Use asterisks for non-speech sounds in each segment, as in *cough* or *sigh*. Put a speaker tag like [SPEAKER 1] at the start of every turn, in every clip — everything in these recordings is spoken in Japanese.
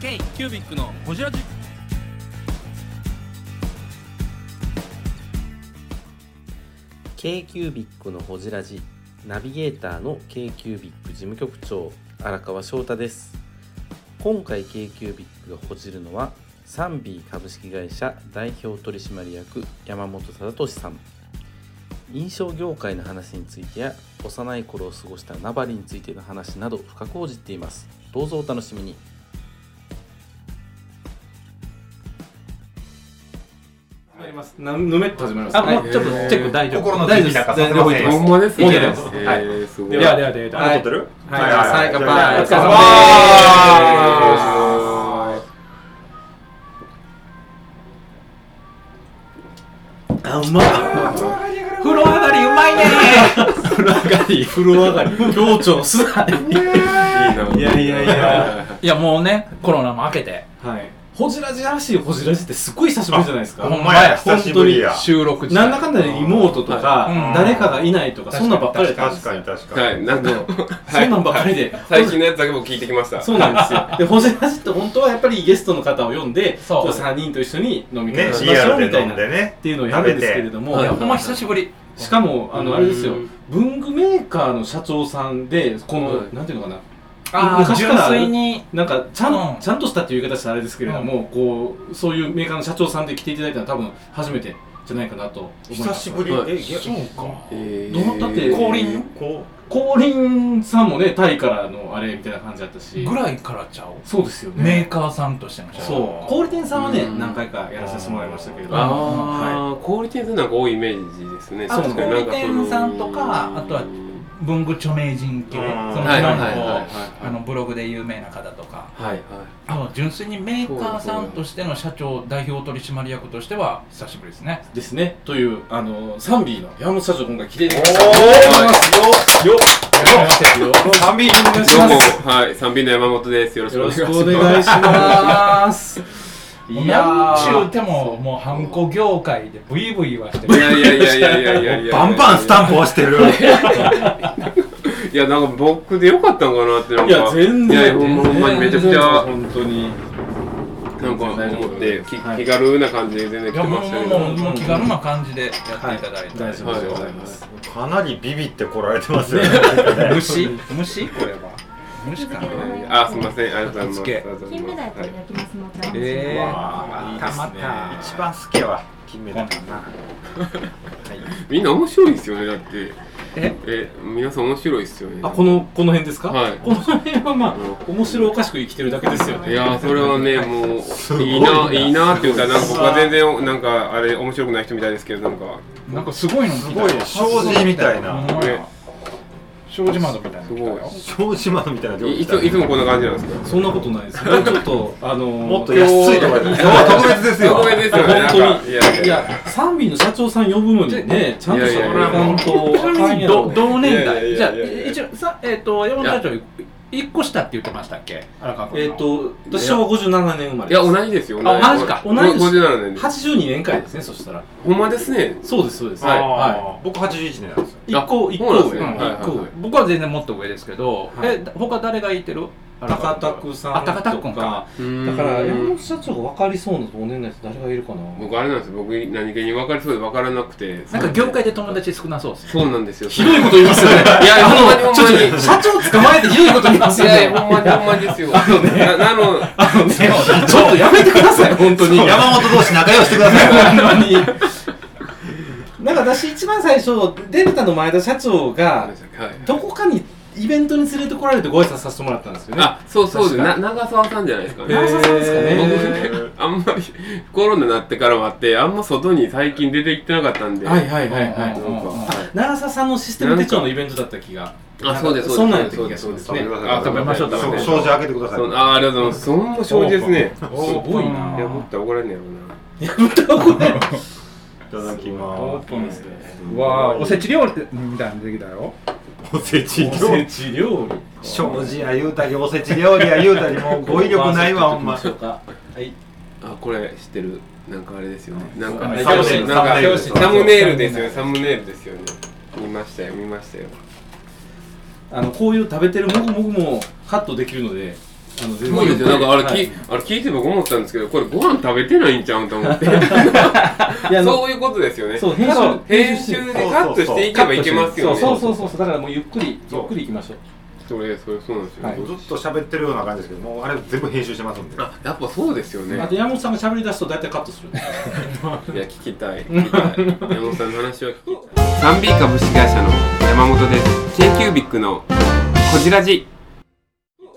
[SPEAKER 1] K キュービックのホジラジ。
[SPEAKER 2] k q b i c のほじラジナビゲーターの k q b i c 事務局長荒川翔太です今回 k q b i c がほじるのはサンビー株式会社代表取締役山本貞俊さん印象業界の話についてや幼い頃を過ごしたナバリについての話など深く報じっていますどうぞお楽しみに
[SPEAKER 3] 始まります。なぬめっと始まります。
[SPEAKER 1] あ、も
[SPEAKER 3] は
[SPEAKER 1] う
[SPEAKER 3] い
[SPEAKER 1] ちょっとチェック大丈夫。
[SPEAKER 4] 心の
[SPEAKER 1] 大
[SPEAKER 4] 準
[SPEAKER 1] 丈夫
[SPEAKER 4] 備なんか
[SPEAKER 1] です。全然覚えてます。
[SPEAKER 3] ほんまですね。
[SPEAKER 1] OK です
[SPEAKER 3] えーすごい。
[SPEAKER 1] ではではでは。
[SPEAKER 3] は
[SPEAKER 4] 撮っ
[SPEAKER 3] い
[SPEAKER 4] てる
[SPEAKER 1] はい
[SPEAKER 4] はいはいはい
[SPEAKER 3] 乾杯。
[SPEAKER 1] お疲れ様
[SPEAKER 4] 様
[SPEAKER 3] です。
[SPEAKER 1] 風呂上がりうまいね
[SPEAKER 2] 風呂上がり強調すない
[SPEAKER 3] いないやいや。
[SPEAKER 1] *laughs* いやもうね、コロナも明けて。
[SPEAKER 3] はい。
[SPEAKER 1] ホジラジらしいホジラジってすっごい久しぶりじゃないですか。
[SPEAKER 4] ほんまや久しぶりや
[SPEAKER 5] 収録時
[SPEAKER 3] なんだかんだでリモートと
[SPEAKER 1] いうん
[SPEAKER 3] か、誰かがいないとか、そんなんばっかりだったんで
[SPEAKER 4] 確
[SPEAKER 3] すよ
[SPEAKER 4] かに確かに、
[SPEAKER 5] はい、なんで、
[SPEAKER 3] そんなんばっかりで。
[SPEAKER 5] 最近のやつだけも聞いてきました。
[SPEAKER 3] そうなんですよ。で、ホジラジって本当はやっぱりゲストの方を呼んで、
[SPEAKER 1] そう
[SPEAKER 3] こう3人と一緒に飲み
[SPEAKER 4] ね
[SPEAKER 3] 会をしま
[SPEAKER 4] リ
[SPEAKER 3] しょ
[SPEAKER 4] ア
[SPEAKER 3] うみ
[SPEAKER 4] ル
[SPEAKER 3] た
[SPEAKER 4] で
[SPEAKER 3] い
[SPEAKER 4] 飲
[SPEAKER 3] な。
[SPEAKER 4] ん
[SPEAKER 3] っ
[SPEAKER 4] でね
[SPEAKER 3] ていうのをやるんですけれども、
[SPEAKER 1] いやほんま久しぶり。
[SPEAKER 3] しかも、あの、あれですよ
[SPEAKER 5] うん、
[SPEAKER 3] 文具メーカーの社長さんで、この
[SPEAKER 5] は、い
[SPEAKER 3] なんていうのかな、
[SPEAKER 1] ああ、
[SPEAKER 3] 昔
[SPEAKER 1] 純
[SPEAKER 3] から
[SPEAKER 1] 粋に。
[SPEAKER 3] なんかちゃん、
[SPEAKER 1] うん
[SPEAKER 3] ちゃんとしたっていう言い方したらあれですけれども、こう、そういうメーカーの社長さんで来ていただいたのは、多分初めてじゃないかなと思います。
[SPEAKER 4] 久しぶり、
[SPEAKER 5] はい
[SPEAKER 4] えいや
[SPEAKER 1] うか。
[SPEAKER 5] え
[SPEAKER 3] どうだって
[SPEAKER 1] 降臨
[SPEAKER 4] こ
[SPEAKER 3] 降臨さんもね、タイからのあれみたいな感じだったし、
[SPEAKER 1] ぐらいからちゃう。
[SPEAKER 3] そうですよね。
[SPEAKER 1] メーカーさんとしての社長。
[SPEAKER 3] そう。小売店さんはね、
[SPEAKER 5] うん
[SPEAKER 3] 何回かやらせてもらいましたけれども。
[SPEAKER 5] ああ、小売店さんなんか多いイメージですね。
[SPEAKER 1] あと
[SPEAKER 5] 確かになんか
[SPEAKER 1] 小売店さんとかあとは文具著名人系。そ
[SPEAKER 4] うん
[SPEAKER 1] の
[SPEAKER 5] はいは
[SPEAKER 1] 今
[SPEAKER 5] いはいは
[SPEAKER 1] の
[SPEAKER 5] い
[SPEAKER 1] こう、
[SPEAKER 5] はい
[SPEAKER 1] あのブログで有名な方とか。
[SPEAKER 5] はいはい。
[SPEAKER 1] あの純粋にメーカーさんとしての社長代表取締役としては久しぶりですね
[SPEAKER 3] ですね。という、あの、サンビーの山本社長、今回来ていただきました。
[SPEAKER 5] およよ
[SPEAKER 4] うサビ
[SPEAKER 5] どうも、はい、三瓶の山本です。よろし
[SPEAKER 3] よ
[SPEAKER 5] くお
[SPEAKER 3] ろ
[SPEAKER 5] 願いし
[SPEAKER 3] しく
[SPEAKER 5] ます。
[SPEAKER 3] お願いします。
[SPEAKER 1] い
[SPEAKER 3] い
[SPEAKER 1] や
[SPEAKER 3] や
[SPEAKER 1] ーちゅう
[SPEAKER 3] ー、
[SPEAKER 1] てももうハンコ業界でブイブイはして
[SPEAKER 5] いやいやいやいやいやいやいや。
[SPEAKER 4] バンバンスタンプ押してる
[SPEAKER 5] いや、なんか僕でよかったんかなって、なん
[SPEAKER 3] い
[SPEAKER 5] か。
[SPEAKER 3] や、全然。
[SPEAKER 5] いや、ほんまほんまにめちゃくちゃ、
[SPEAKER 3] 本当に。
[SPEAKER 5] なんか思って、き
[SPEAKER 3] はい
[SPEAKER 5] 気軽な感じで全然
[SPEAKER 1] いや
[SPEAKER 5] 来て
[SPEAKER 1] も
[SPEAKER 5] ま
[SPEAKER 1] う
[SPEAKER 5] し
[SPEAKER 1] も
[SPEAKER 5] た
[SPEAKER 1] う
[SPEAKER 5] け
[SPEAKER 1] もう
[SPEAKER 5] ど。
[SPEAKER 1] もう気軽な感じでやっていただいて、
[SPEAKER 3] 大丈
[SPEAKER 5] は
[SPEAKER 3] 夫
[SPEAKER 5] い
[SPEAKER 3] でござい
[SPEAKER 5] は
[SPEAKER 3] ま
[SPEAKER 5] い
[SPEAKER 3] す。
[SPEAKER 4] かなりビビってこられてますよね *laughs*
[SPEAKER 1] 虫虫これは虫かな
[SPEAKER 5] あ、すみません、ありがとうございま
[SPEAKER 1] 気を
[SPEAKER 5] す。
[SPEAKER 1] つけ
[SPEAKER 6] 金目鯛と焼きますのお楽しみ
[SPEAKER 1] えー
[SPEAKER 4] わ
[SPEAKER 1] たまた
[SPEAKER 4] 一番好きやわ金メダルな
[SPEAKER 5] みんな面白いですよね、だって。
[SPEAKER 1] え
[SPEAKER 5] え、皆さん面白いですよね。
[SPEAKER 3] あ、この、この辺ですか
[SPEAKER 5] はい
[SPEAKER 3] この辺はまあ、面白おかしく生きてるだけですよ
[SPEAKER 5] い
[SPEAKER 3] ね。
[SPEAKER 5] やー、それはね、も
[SPEAKER 4] す
[SPEAKER 5] う、
[SPEAKER 4] ご
[SPEAKER 5] い
[SPEAKER 4] い
[SPEAKER 5] い
[SPEAKER 4] な
[SPEAKER 5] な、いいなって言ったら、なんか僕は全然、なんか、あれ、面白くない人みたいですけど、なんか、
[SPEAKER 1] なんかすごいの
[SPEAKER 4] す
[SPEAKER 1] す
[SPEAKER 4] ごいね障子みたいな
[SPEAKER 5] ね
[SPEAKER 1] 障子窓みたいなの来たよ
[SPEAKER 5] すご
[SPEAKER 4] 小島みたいな料
[SPEAKER 5] い
[SPEAKER 4] 理
[SPEAKER 5] いついつもこんな感じなんですか
[SPEAKER 3] そんなことないです。もうちょっと、あのー、
[SPEAKER 4] もっと安いとこで今日は特別ですよ
[SPEAKER 5] 特別ですよね、な
[SPEAKER 3] 本
[SPEAKER 5] んか。
[SPEAKER 3] 当
[SPEAKER 5] い
[SPEAKER 3] に
[SPEAKER 5] やい
[SPEAKER 3] い
[SPEAKER 5] や、
[SPEAKER 3] や、サンビの社長さん呼ぶのにね、ちゃんとした
[SPEAKER 5] いやいやいや
[SPEAKER 3] と
[SPEAKER 1] ちなみにど同年代
[SPEAKER 5] い
[SPEAKER 1] じゃ
[SPEAKER 5] や
[SPEAKER 1] あ
[SPEAKER 5] いやいやいや
[SPEAKER 1] 一応さえっ、と山本社長一個下って言ってましたっけ荒川君
[SPEAKER 3] え
[SPEAKER 1] の
[SPEAKER 3] っと、私は57年生ま
[SPEAKER 5] い
[SPEAKER 3] れ
[SPEAKER 5] や、
[SPEAKER 3] です。
[SPEAKER 5] 同じですよ、同
[SPEAKER 1] あ同じか
[SPEAKER 3] 同じです
[SPEAKER 5] 57年です。
[SPEAKER 3] 82年会ですね、そしたら。
[SPEAKER 5] ほんまですね。
[SPEAKER 3] そうです、そうです。
[SPEAKER 5] はい
[SPEAKER 4] い僕81年なんですよ
[SPEAKER 3] い。一個、一個
[SPEAKER 5] そうなん
[SPEAKER 3] 上。
[SPEAKER 5] です
[SPEAKER 1] ねはい
[SPEAKER 5] はい
[SPEAKER 3] 一個上。
[SPEAKER 1] 僕は全然もっと上ですけど、
[SPEAKER 3] はい
[SPEAKER 1] え他誰がいてる
[SPEAKER 3] 高田くさ
[SPEAKER 1] あ
[SPEAKER 3] ん
[SPEAKER 1] 高田
[SPEAKER 3] と
[SPEAKER 1] 君
[SPEAKER 3] か
[SPEAKER 1] か。
[SPEAKER 3] だから、
[SPEAKER 5] うー
[SPEAKER 3] 山
[SPEAKER 5] ん
[SPEAKER 3] 本社長が分かりそうな同年代って誰がいる *laughs* かな
[SPEAKER 5] 僕、あれなんですよ、僕、何気に分かりそうで分からなくて。
[SPEAKER 1] なんか業界で友達少なそうですね
[SPEAKER 5] そうなんですよ。
[SPEAKER 3] ひどいこと言いますよね。
[SPEAKER 5] *laughs* いや、ほんまにほん
[SPEAKER 3] ちょっ
[SPEAKER 5] まに。
[SPEAKER 3] と、社長捕まえてひどいこと言います
[SPEAKER 5] い
[SPEAKER 3] よ
[SPEAKER 5] やい
[SPEAKER 3] ね
[SPEAKER 5] や、。ほんまにほんまにですよ。あのね、ななの、
[SPEAKER 3] ちょっとやめてください、 *laughs* 本当に。
[SPEAKER 4] 山本同士仲良してください
[SPEAKER 3] *laughs* なんか私一番最初、デルタの前田社長が、
[SPEAKER 5] はい。
[SPEAKER 3] どこかにイベントに連れてこられてご挨拶させてもらったんですよね。
[SPEAKER 5] あ、そうそうです。な長澤さんじゃないですかね。
[SPEAKER 3] 長澤さんですかね
[SPEAKER 5] 僕ね、あんまりコロナになってからもあって、あんま外に最近出て行ってなかったんで。
[SPEAKER 3] はいはいはいは。
[SPEAKER 5] ないんか
[SPEAKER 1] うん
[SPEAKER 5] はい
[SPEAKER 3] 長澤さんのシステム手帳のイベントだった気が。
[SPEAKER 5] あ、そうです、
[SPEAKER 3] そんなん
[SPEAKER 5] で
[SPEAKER 3] やっ
[SPEAKER 5] す。
[SPEAKER 3] た
[SPEAKER 5] そう
[SPEAKER 3] 気
[SPEAKER 5] で
[SPEAKER 3] がし
[SPEAKER 5] す、そう
[SPEAKER 3] ますね
[SPEAKER 5] ですね。あ、食べましょう、食べましょ
[SPEAKER 4] 障
[SPEAKER 5] う。
[SPEAKER 4] 子開けてください
[SPEAKER 5] そうあありがとうございます。そんな障子ですね。
[SPEAKER 3] すごいな
[SPEAKER 5] や、もっと怒られんねやろうな。
[SPEAKER 4] いただきま
[SPEAKER 3] オー
[SPEAKER 4] す
[SPEAKER 3] プンですね。
[SPEAKER 4] わあおせ
[SPEAKER 1] ち料理みたいなのできたよ
[SPEAKER 4] おせち料
[SPEAKER 3] お
[SPEAKER 4] 理
[SPEAKER 3] せち料理。
[SPEAKER 4] 障子や言うたりおせち料理や言うたりもう語彙力ないわほんま
[SPEAKER 3] そうか。はい。
[SPEAKER 5] あ、これ知ってる。なんかあれですよね。なんか、
[SPEAKER 1] サム
[SPEAKER 5] なん
[SPEAKER 1] ネ
[SPEAKER 5] か
[SPEAKER 1] イル
[SPEAKER 5] なんかサムネイルですよね。サムネイルですよね。見ましたよ、見ましたよ。
[SPEAKER 3] あの、こういう食べてるもぐもぐもカットできるので、あの全
[SPEAKER 5] そうですよ。なんかあれ,、
[SPEAKER 3] はい
[SPEAKER 5] きあれ聞いて僕思ったんですけど、これご飯食べてないんちゃうんと思 *laughs* って。
[SPEAKER 3] いやあの
[SPEAKER 5] そういうことですよね。
[SPEAKER 3] そう編集
[SPEAKER 5] 編集でカットしていけばいけますよね。
[SPEAKER 3] そうそうそうそうだからもうゆっくりゆ
[SPEAKER 5] そう
[SPEAKER 3] っくりいきましょう
[SPEAKER 5] それそれそうなんですよ、
[SPEAKER 3] はい
[SPEAKER 7] ずっと喋ってるような感じですけど、もうあれ全部編集してますんで。
[SPEAKER 5] あ、やっぱそうですよね。い
[SPEAKER 3] あ
[SPEAKER 5] や
[SPEAKER 3] と山本さんが喋り出すと大体カットする
[SPEAKER 5] 聞きたい。聞きたい山本さんの話は聞きたい。三 B 株式会社の山本です。K キュービックのこじらじ。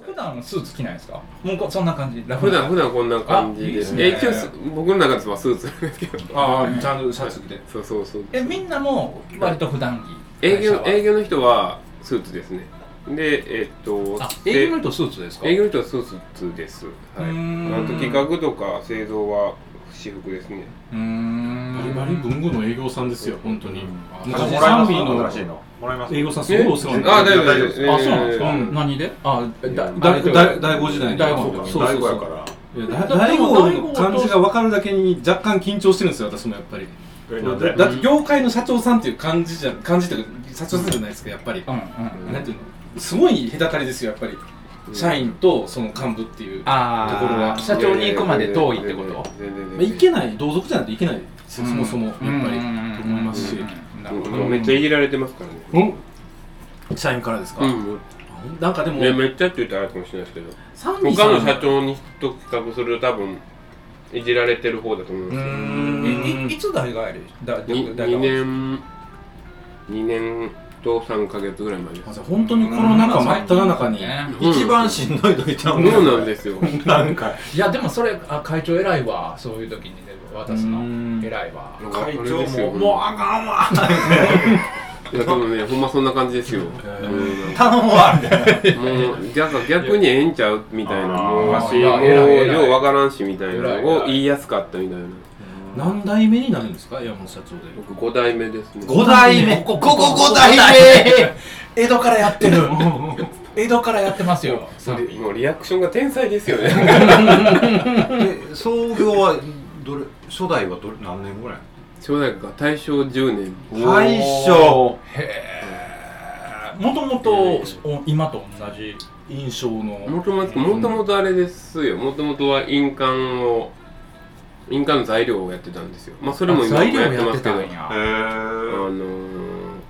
[SPEAKER 1] 普段スーツ着ないですかもうこそんな感じラフ
[SPEAKER 5] 普
[SPEAKER 1] な
[SPEAKER 5] 段普段こんな感じ
[SPEAKER 1] あいい
[SPEAKER 5] で。
[SPEAKER 1] ですす
[SPEAKER 5] え
[SPEAKER 1] ね
[SPEAKER 5] 一応す僕の中ではスーツなんですけど。
[SPEAKER 3] ああちゃんとシャツ着て
[SPEAKER 5] そうそうそう。
[SPEAKER 1] えみんなも割と普段着
[SPEAKER 5] 営業営
[SPEAKER 1] 業
[SPEAKER 5] 業の人はスーツですね。でえっと
[SPEAKER 1] あ
[SPEAKER 5] で
[SPEAKER 1] 営業の人スーツですか
[SPEAKER 5] 営業の人はスーツです。はい。
[SPEAKER 1] うーん
[SPEAKER 5] あと企画とか製造は私服ですね。
[SPEAKER 1] うーん
[SPEAKER 3] バリバリ文具の営業さんですよ本当に
[SPEAKER 7] あ
[SPEAKER 3] 昔
[SPEAKER 7] も
[SPEAKER 3] サ
[SPEAKER 7] らいま
[SPEAKER 3] ン
[SPEAKER 7] す
[SPEAKER 3] ビー
[SPEAKER 7] 新しい
[SPEAKER 3] の
[SPEAKER 7] の。もらいます。
[SPEAKER 3] 営業さんすごいお世話にな
[SPEAKER 5] あ、
[SPEAKER 3] っ
[SPEAKER 7] え
[SPEAKER 3] て
[SPEAKER 5] 大丈夫大丈夫。
[SPEAKER 1] あそうなんですか、
[SPEAKER 5] えー
[SPEAKER 3] うん
[SPEAKER 1] 何であだ
[SPEAKER 3] 大
[SPEAKER 1] 大
[SPEAKER 3] 大大五時代に
[SPEAKER 1] 大
[SPEAKER 7] そう
[SPEAKER 1] 五
[SPEAKER 3] そ
[SPEAKER 7] か、
[SPEAKER 3] うそう
[SPEAKER 7] 大悟やから。
[SPEAKER 3] いや
[SPEAKER 1] だ
[SPEAKER 3] 大悟の感じが分かるだけに若干緊張してるんですよ私もやっぱり
[SPEAKER 7] えなん
[SPEAKER 3] だ
[SPEAKER 7] で
[SPEAKER 3] だって業界の社長さんっていう感じじゃ感じというか社長さんじゃないですかやっぱり
[SPEAKER 1] うんうん
[SPEAKER 3] なんていうのすごい隔たりですよやっぱり社員とその幹部っていう
[SPEAKER 1] あ
[SPEAKER 3] ま
[SPEAKER 1] あ
[SPEAKER 3] ところが
[SPEAKER 1] 社長に行くまで遠いってこと
[SPEAKER 5] 全然全然
[SPEAKER 3] あいけない同族じゃないといけないそ
[SPEAKER 1] うん
[SPEAKER 3] もそもやっぱりと
[SPEAKER 1] うんうんうん
[SPEAKER 3] 思いますし
[SPEAKER 1] うんなるほ
[SPEAKER 5] うんめっちゃいじられてますからね。
[SPEAKER 3] 社員からですか
[SPEAKER 5] うん。
[SPEAKER 3] なんかでも
[SPEAKER 5] ねめっちゃって言ったらあれかもしれないですけど、
[SPEAKER 3] サンビさ
[SPEAKER 5] 他
[SPEAKER 3] ん
[SPEAKER 5] の社長にと企画すると多分いじられてる方だと思うんですよ。
[SPEAKER 1] どいいいつ大学入りだだ
[SPEAKER 5] に
[SPEAKER 1] 大
[SPEAKER 5] 2
[SPEAKER 1] 学
[SPEAKER 5] 年2年と3か月ぐらい前です
[SPEAKER 3] あじゃあ本当にこの中真っ只中に
[SPEAKER 1] ね
[SPEAKER 7] 一番しんどい時ちゃ
[SPEAKER 5] そううなんですよ
[SPEAKER 7] す。なんか、
[SPEAKER 1] いやでもそれあ会長偉いわそういう時にね渡す
[SPEAKER 3] う
[SPEAKER 1] の
[SPEAKER 3] ん
[SPEAKER 1] 偉いわ
[SPEAKER 7] 会長も、もう
[SPEAKER 5] も
[SPEAKER 7] あかんわ。
[SPEAKER 5] ういやでもねほんまそんな感じですよ、うん
[SPEAKER 7] 頼むわ。
[SPEAKER 5] もう逆逆にええんちゃうみたいなもうわし
[SPEAKER 1] い
[SPEAKER 5] も
[SPEAKER 1] や
[SPEAKER 5] う
[SPEAKER 1] 偉い偉い
[SPEAKER 5] ようわからんしみたいなのを
[SPEAKER 1] 偉い偉い
[SPEAKER 5] 言いやすかったみたいな
[SPEAKER 3] 何代目になるんですか山本社長で
[SPEAKER 5] 僕5代目ですね
[SPEAKER 7] 五代目。ここ五代目。
[SPEAKER 3] *laughs*
[SPEAKER 1] 江戸からやってる江戸からやってますよさ
[SPEAKER 5] でもうリアクションが天才ですよね *laughs*
[SPEAKER 7] え創業は、どれ、初代はどれ、何年ぐらい。
[SPEAKER 5] 小学が大正10年
[SPEAKER 7] 大正。
[SPEAKER 1] もともとお今と同じ
[SPEAKER 3] 印象の
[SPEAKER 5] もともともともとあれですよもともとは印鑑を印鑑の材料をやってたんですよまあそれも今も
[SPEAKER 1] 材料
[SPEAKER 5] やって
[SPEAKER 1] や
[SPEAKER 5] ま
[SPEAKER 1] って
[SPEAKER 5] すけど
[SPEAKER 1] た
[SPEAKER 5] あ
[SPEAKER 1] んや
[SPEAKER 7] え
[SPEAKER 5] の
[SPEAKER 7] ー。
[SPEAKER 5] ー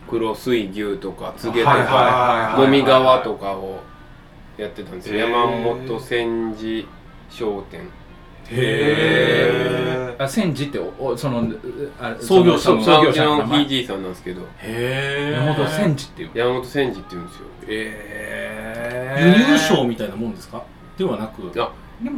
[SPEAKER 5] 黒水牛とかつげと
[SPEAKER 7] はいはい
[SPEAKER 5] か
[SPEAKER 7] はいはい。
[SPEAKER 5] もみ革とかをやってたんですよ
[SPEAKER 7] へー
[SPEAKER 5] 山本千治商店
[SPEAKER 7] へ
[SPEAKER 1] あ千治っておおそのあ
[SPEAKER 3] 創業者
[SPEAKER 1] その創
[SPEAKER 5] 創
[SPEAKER 1] 業
[SPEAKER 5] 業
[SPEAKER 1] 者の名
[SPEAKER 5] のひい
[SPEAKER 1] 前
[SPEAKER 5] じいさんなんですけど
[SPEAKER 3] へ
[SPEAKER 1] 山本千治っていう
[SPEAKER 5] 山本千治って言うんですよ
[SPEAKER 3] 輸
[SPEAKER 1] え
[SPEAKER 3] 入賞みたいなもんですかではなく
[SPEAKER 5] あ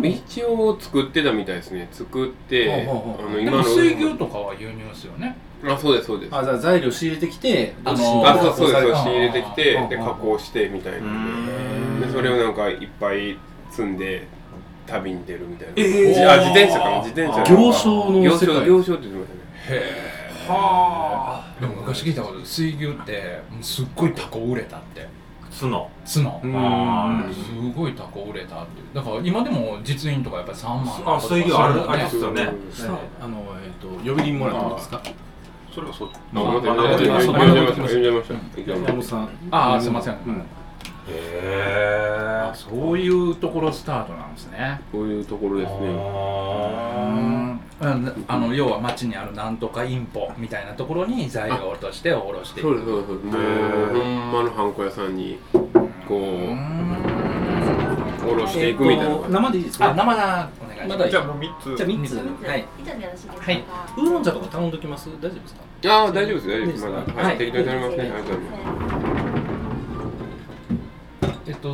[SPEAKER 5] 一応作ってたみたいですね作って
[SPEAKER 3] ほうほうほう
[SPEAKER 5] あの
[SPEAKER 1] でも水牛とかは輸入ですよね
[SPEAKER 5] あそうですそうです
[SPEAKER 3] あじゃあ材料仕入れてきて
[SPEAKER 1] あのー
[SPEAKER 3] ご自身で
[SPEAKER 5] あそうそう
[SPEAKER 3] 加工さ
[SPEAKER 5] そ
[SPEAKER 3] れ
[SPEAKER 5] う
[SPEAKER 3] た
[SPEAKER 5] 仕入れてきて
[SPEAKER 3] あ
[SPEAKER 5] で
[SPEAKER 3] あ
[SPEAKER 5] 加工してみたいなんででそれをなんかいっぱい積んで旅に出るみたいな、
[SPEAKER 1] ー
[SPEAKER 5] あ自転車かな自転車
[SPEAKER 3] 行商の
[SPEAKER 5] 行
[SPEAKER 3] 世
[SPEAKER 5] 商
[SPEAKER 3] 界
[SPEAKER 5] 行商って言ってましたね
[SPEAKER 1] へえ
[SPEAKER 7] は
[SPEAKER 1] でも昔聞いたこと水牛ってすっごいタコ売れたって
[SPEAKER 7] 角。
[SPEAKER 1] 角
[SPEAKER 3] うん
[SPEAKER 1] あーすごいタコ売れたってだから今でも実印とかやっぱり3万
[SPEAKER 7] あ水牛ある
[SPEAKER 1] そうだ
[SPEAKER 7] あ
[SPEAKER 1] ね
[SPEAKER 7] りますよね
[SPEAKER 3] さあのえっ、と呼び鈴もらってもいいですか
[SPEAKER 7] それはそう。
[SPEAKER 5] あ待って
[SPEAKER 7] まだ
[SPEAKER 5] 読んじゃいました読んじゃいました読んじゃ
[SPEAKER 3] 山
[SPEAKER 5] いま
[SPEAKER 3] 本
[SPEAKER 5] し
[SPEAKER 3] さん
[SPEAKER 1] あーすいません
[SPEAKER 3] う
[SPEAKER 7] へ
[SPEAKER 1] あそういうところスタートなんですね
[SPEAKER 5] たこういうところですね
[SPEAKER 7] ー。
[SPEAKER 1] うんあの要は町にあるなんとかインポみたいなところに材料としておろしてい
[SPEAKER 5] そう
[SPEAKER 1] く
[SPEAKER 5] ですそうですも
[SPEAKER 7] へ
[SPEAKER 5] う
[SPEAKER 7] ー
[SPEAKER 5] ほんまのハンコ屋さんにこ
[SPEAKER 1] うー
[SPEAKER 5] うんおろして
[SPEAKER 3] え
[SPEAKER 5] い
[SPEAKER 3] っ
[SPEAKER 5] くみたいな
[SPEAKER 3] と
[SPEAKER 5] 感
[SPEAKER 3] 生でいいです
[SPEAKER 1] あ
[SPEAKER 3] か
[SPEAKER 1] 生だお願いします
[SPEAKER 3] まだいい
[SPEAKER 7] じゃあもう三つ。
[SPEAKER 3] じゃあ3つ
[SPEAKER 1] つ
[SPEAKER 3] はい
[SPEAKER 6] 板でよろしいですか。
[SPEAKER 3] はいウーロン茶とか頼んでおきます大丈夫ですか
[SPEAKER 5] じああ大丈夫です大丈夫です
[SPEAKER 3] いい
[SPEAKER 5] ま
[SPEAKER 3] ですか
[SPEAKER 5] だは
[SPEAKER 3] はいい
[SPEAKER 5] 適当になりますねありがとうございます
[SPEAKER 1] えっと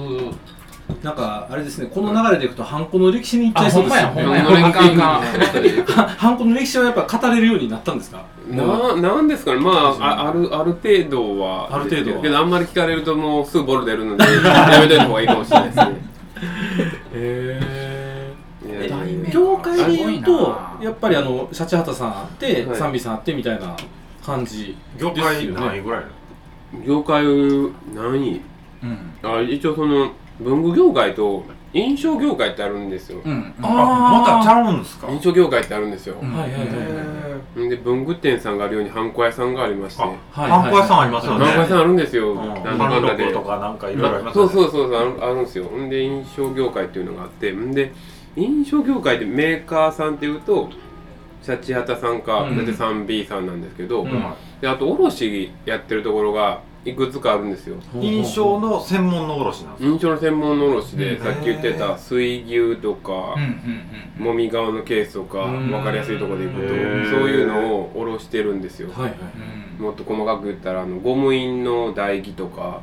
[SPEAKER 3] なんかあれですねこの流れでいくとハンコの歴史に行っちゃ
[SPEAKER 1] あ
[SPEAKER 3] いそ
[SPEAKER 1] ほ
[SPEAKER 3] うん
[SPEAKER 1] ま
[SPEAKER 3] で
[SPEAKER 1] すや
[SPEAKER 3] よ
[SPEAKER 1] ほんま
[SPEAKER 3] ね
[SPEAKER 1] や
[SPEAKER 5] どんな連
[SPEAKER 1] あか
[SPEAKER 5] 携
[SPEAKER 1] んあ
[SPEAKER 3] は *laughs* ハンコの歴史はやっぱ語れるようになったんですか
[SPEAKER 5] ななんですかね、まあ、ああるある程度は
[SPEAKER 3] ある程度は
[SPEAKER 5] けどあんまり聞かれるともうすぐボロ出るのでやめといた方がいいかもしれないですね
[SPEAKER 3] へ
[SPEAKER 5] いやいやいや
[SPEAKER 3] 業界で言う
[SPEAKER 1] すごい
[SPEAKER 3] と
[SPEAKER 1] な
[SPEAKER 3] やっぱりあのシャチハタさんあって、
[SPEAKER 5] はい
[SPEAKER 3] サンビさんあってみたいな感じ
[SPEAKER 7] 業
[SPEAKER 3] です
[SPEAKER 7] 界
[SPEAKER 3] よ
[SPEAKER 7] 何
[SPEAKER 3] ね
[SPEAKER 7] 位ぐらいなの？
[SPEAKER 5] 業界何位
[SPEAKER 1] うん
[SPEAKER 5] あ一応その文具業界と印象業界ってあるんですよ
[SPEAKER 1] うんうん
[SPEAKER 7] あまたちゃうんすか
[SPEAKER 5] 印象業界ってあるんですよ、
[SPEAKER 1] うん
[SPEAKER 3] はいはいはいはい
[SPEAKER 5] んで文具店さんがあるようにハンコ屋さんがありまして
[SPEAKER 7] あ
[SPEAKER 5] ハン
[SPEAKER 1] はい
[SPEAKER 7] ハンコ屋さんありますよ
[SPEAKER 5] コ
[SPEAKER 7] ね
[SPEAKER 5] 屋さんあるんですよ、
[SPEAKER 7] うん
[SPEAKER 5] なんだ
[SPEAKER 7] ハ
[SPEAKER 5] か
[SPEAKER 7] ン
[SPEAKER 5] んだで
[SPEAKER 7] ロコとかなんかいろいろあり
[SPEAKER 5] あ
[SPEAKER 7] ます
[SPEAKER 5] そ
[SPEAKER 7] よ
[SPEAKER 5] う
[SPEAKER 7] ね
[SPEAKER 5] そうそうそうあるあるんですよんで印象業界っていうのがあってんで印象業界ってメーカーさんっていうとシャチハタさんか
[SPEAKER 1] うん
[SPEAKER 5] 大体 3B さんなんですけど、
[SPEAKER 1] うん
[SPEAKER 5] であと卸やってるところがいくつかあるんですよ
[SPEAKER 7] 印象の専門の卸なんです
[SPEAKER 5] 印象の専門の卸で、
[SPEAKER 7] うん
[SPEAKER 5] さっき言ってた水牛とか
[SPEAKER 1] うんうん、うん
[SPEAKER 5] もみ側のケースとか
[SPEAKER 1] うん
[SPEAKER 5] 分かりやすいところでいくと
[SPEAKER 7] へ
[SPEAKER 5] そう
[SPEAKER 7] ー
[SPEAKER 5] いうのを卸してるんですよ
[SPEAKER 3] はいはい
[SPEAKER 1] うん
[SPEAKER 5] もっと細かく言ったらあのゴム印の台義とか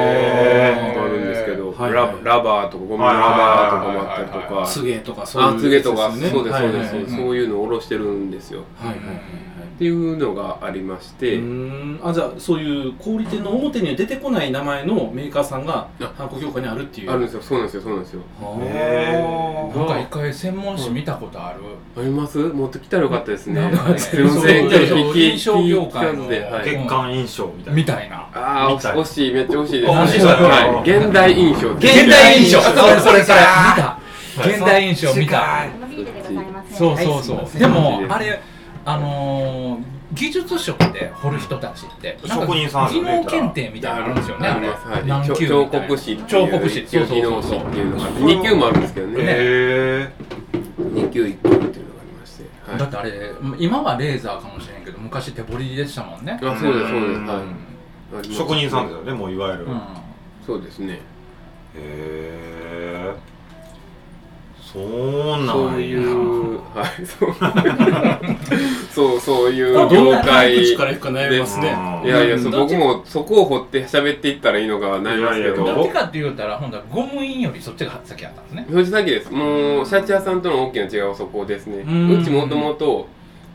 [SPEAKER 1] へー
[SPEAKER 5] あるんですけど、
[SPEAKER 3] はい
[SPEAKER 5] ラ
[SPEAKER 3] はい
[SPEAKER 5] バラバーとかゴムのラバーとかもあったりと
[SPEAKER 7] はいはい
[SPEAKER 5] か
[SPEAKER 3] つげとかそういう
[SPEAKER 5] あつげとかそ
[SPEAKER 3] や
[SPEAKER 5] う
[SPEAKER 3] つ
[SPEAKER 5] ですそうですそうです、
[SPEAKER 3] はいはいはい
[SPEAKER 5] そういうのを卸してるんですよ
[SPEAKER 3] はいはいはいはい
[SPEAKER 5] っていうのがありまし
[SPEAKER 3] う
[SPEAKER 5] て、
[SPEAKER 3] ーんあじゃあそういう小売店の表には出てこない名前のメーカーさんが
[SPEAKER 5] あ
[SPEAKER 3] ハンコ業界にあるっていう
[SPEAKER 5] あるんですよそうなんですよそうなんですよ
[SPEAKER 3] はあ
[SPEAKER 7] へ
[SPEAKER 1] なんか一回専門誌見たことある
[SPEAKER 5] あります持ってきたらよかったですね
[SPEAKER 1] なんかね
[SPEAKER 5] すいません
[SPEAKER 1] そう
[SPEAKER 5] ちょっと
[SPEAKER 1] 印象業界の
[SPEAKER 5] 聞き聞き聞き聞き聞き
[SPEAKER 1] うん
[SPEAKER 7] 月間印象みたいな
[SPEAKER 1] みたいな
[SPEAKER 5] ああ
[SPEAKER 7] みたい
[SPEAKER 5] 惜しいめっちゃ惜しいです
[SPEAKER 1] 何でしょう
[SPEAKER 5] はい現代印象です
[SPEAKER 1] 現代印象
[SPEAKER 5] そ
[SPEAKER 1] そうれそれそれ見た現代印象見た
[SPEAKER 6] 生ビールでございません。
[SPEAKER 1] そうそうそう、でも
[SPEAKER 5] はい
[SPEAKER 1] あれあのー、技術職で掘る人たちってなんか
[SPEAKER 7] 職人さんです
[SPEAKER 1] 技
[SPEAKER 7] よね
[SPEAKER 1] 能検定みたいなのあるんですよねあれ
[SPEAKER 5] はい
[SPEAKER 1] 何級みたいな
[SPEAKER 5] 彫刻師っていう
[SPEAKER 1] 彫刻師
[SPEAKER 5] 一応技能士っていうのが2級もあるんですけどね
[SPEAKER 7] へ
[SPEAKER 5] 2級1級っていうのがありましてはい
[SPEAKER 1] だってあれ今はレーザーかもしれんけど昔手彫りでしたもんね、
[SPEAKER 5] あそうですそうです
[SPEAKER 7] う
[SPEAKER 5] はいあり
[SPEAKER 7] え
[SPEAKER 5] ます
[SPEAKER 7] 職人さんですよねもういわゆる、
[SPEAKER 1] うん、
[SPEAKER 5] そうですね
[SPEAKER 7] へえそうなんや
[SPEAKER 5] そういうはいそうそう *laughs* そういう業
[SPEAKER 3] どの
[SPEAKER 5] 界
[SPEAKER 3] 口からいくか悩みますね
[SPEAKER 5] いやいやそう僕もそこを掘って喋っていったらいいのか悩みますけ
[SPEAKER 7] いやいや
[SPEAKER 1] ど
[SPEAKER 5] ど
[SPEAKER 1] っちかって言うたらほんだらゴム印よりそっちが先やったんですね
[SPEAKER 5] 表示だけですもうシャチ屋さんとの大きな違いはそこですね
[SPEAKER 1] うん
[SPEAKER 5] うちもともと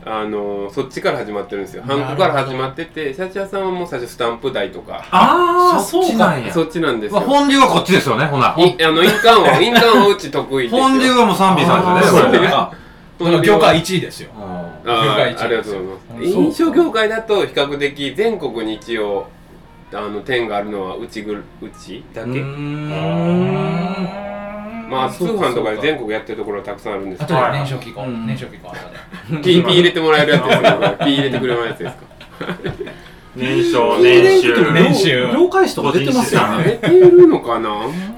[SPEAKER 5] あのそっちから始まってるんですよハンコから始まっててシャチ屋さんはもう最初スタンプ台とか
[SPEAKER 3] ああ
[SPEAKER 7] そっ
[SPEAKER 3] そ
[SPEAKER 7] ち
[SPEAKER 3] う
[SPEAKER 7] な
[SPEAKER 3] か
[SPEAKER 7] んや
[SPEAKER 5] そっちなんです
[SPEAKER 7] ま
[SPEAKER 5] よ
[SPEAKER 7] あ本流はこっちですよねほない
[SPEAKER 5] あの印鑑は印鑑はうち得意ですよ
[SPEAKER 7] 本流はもう賛美さん *laughs* です
[SPEAKER 5] あ
[SPEAKER 7] よ
[SPEAKER 5] ーそう
[SPEAKER 7] ねこれね
[SPEAKER 3] か
[SPEAKER 1] だから業界1位ですよ
[SPEAKER 7] うん
[SPEAKER 5] あ
[SPEAKER 1] 業界一
[SPEAKER 5] ーありがとうございます
[SPEAKER 1] うんそう
[SPEAKER 5] 印象業界だと比較的全国に一応あの店があるのはうちぐるうちだけまあ通販とかで全国やってるところはたくさんあるんです
[SPEAKER 1] あ
[SPEAKER 5] け
[SPEAKER 1] と
[SPEAKER 5] ど
[SPEAKER 1] で
[SPEAKER 7] はい
[SPEAKER 1] 年少聞こう、
[SPEAKER 3] うん
[SPEAKER 1] 年少聞こう後で
[SPEAKER 5] ピーピー入れてもらえるやつですねこれピー入れてくれるやつです
[SPEAKER 3] *laughs*
[SPEAKER 5] か
[SPEAKER 7] 年商年収
[SPEAKER 1] 年収
[SPEAKER 3] 業界誌とか出てますよ
[SPEAKER 5] 入
[SPEAKER 3] ね
[SPEAKER 5] れてるのかな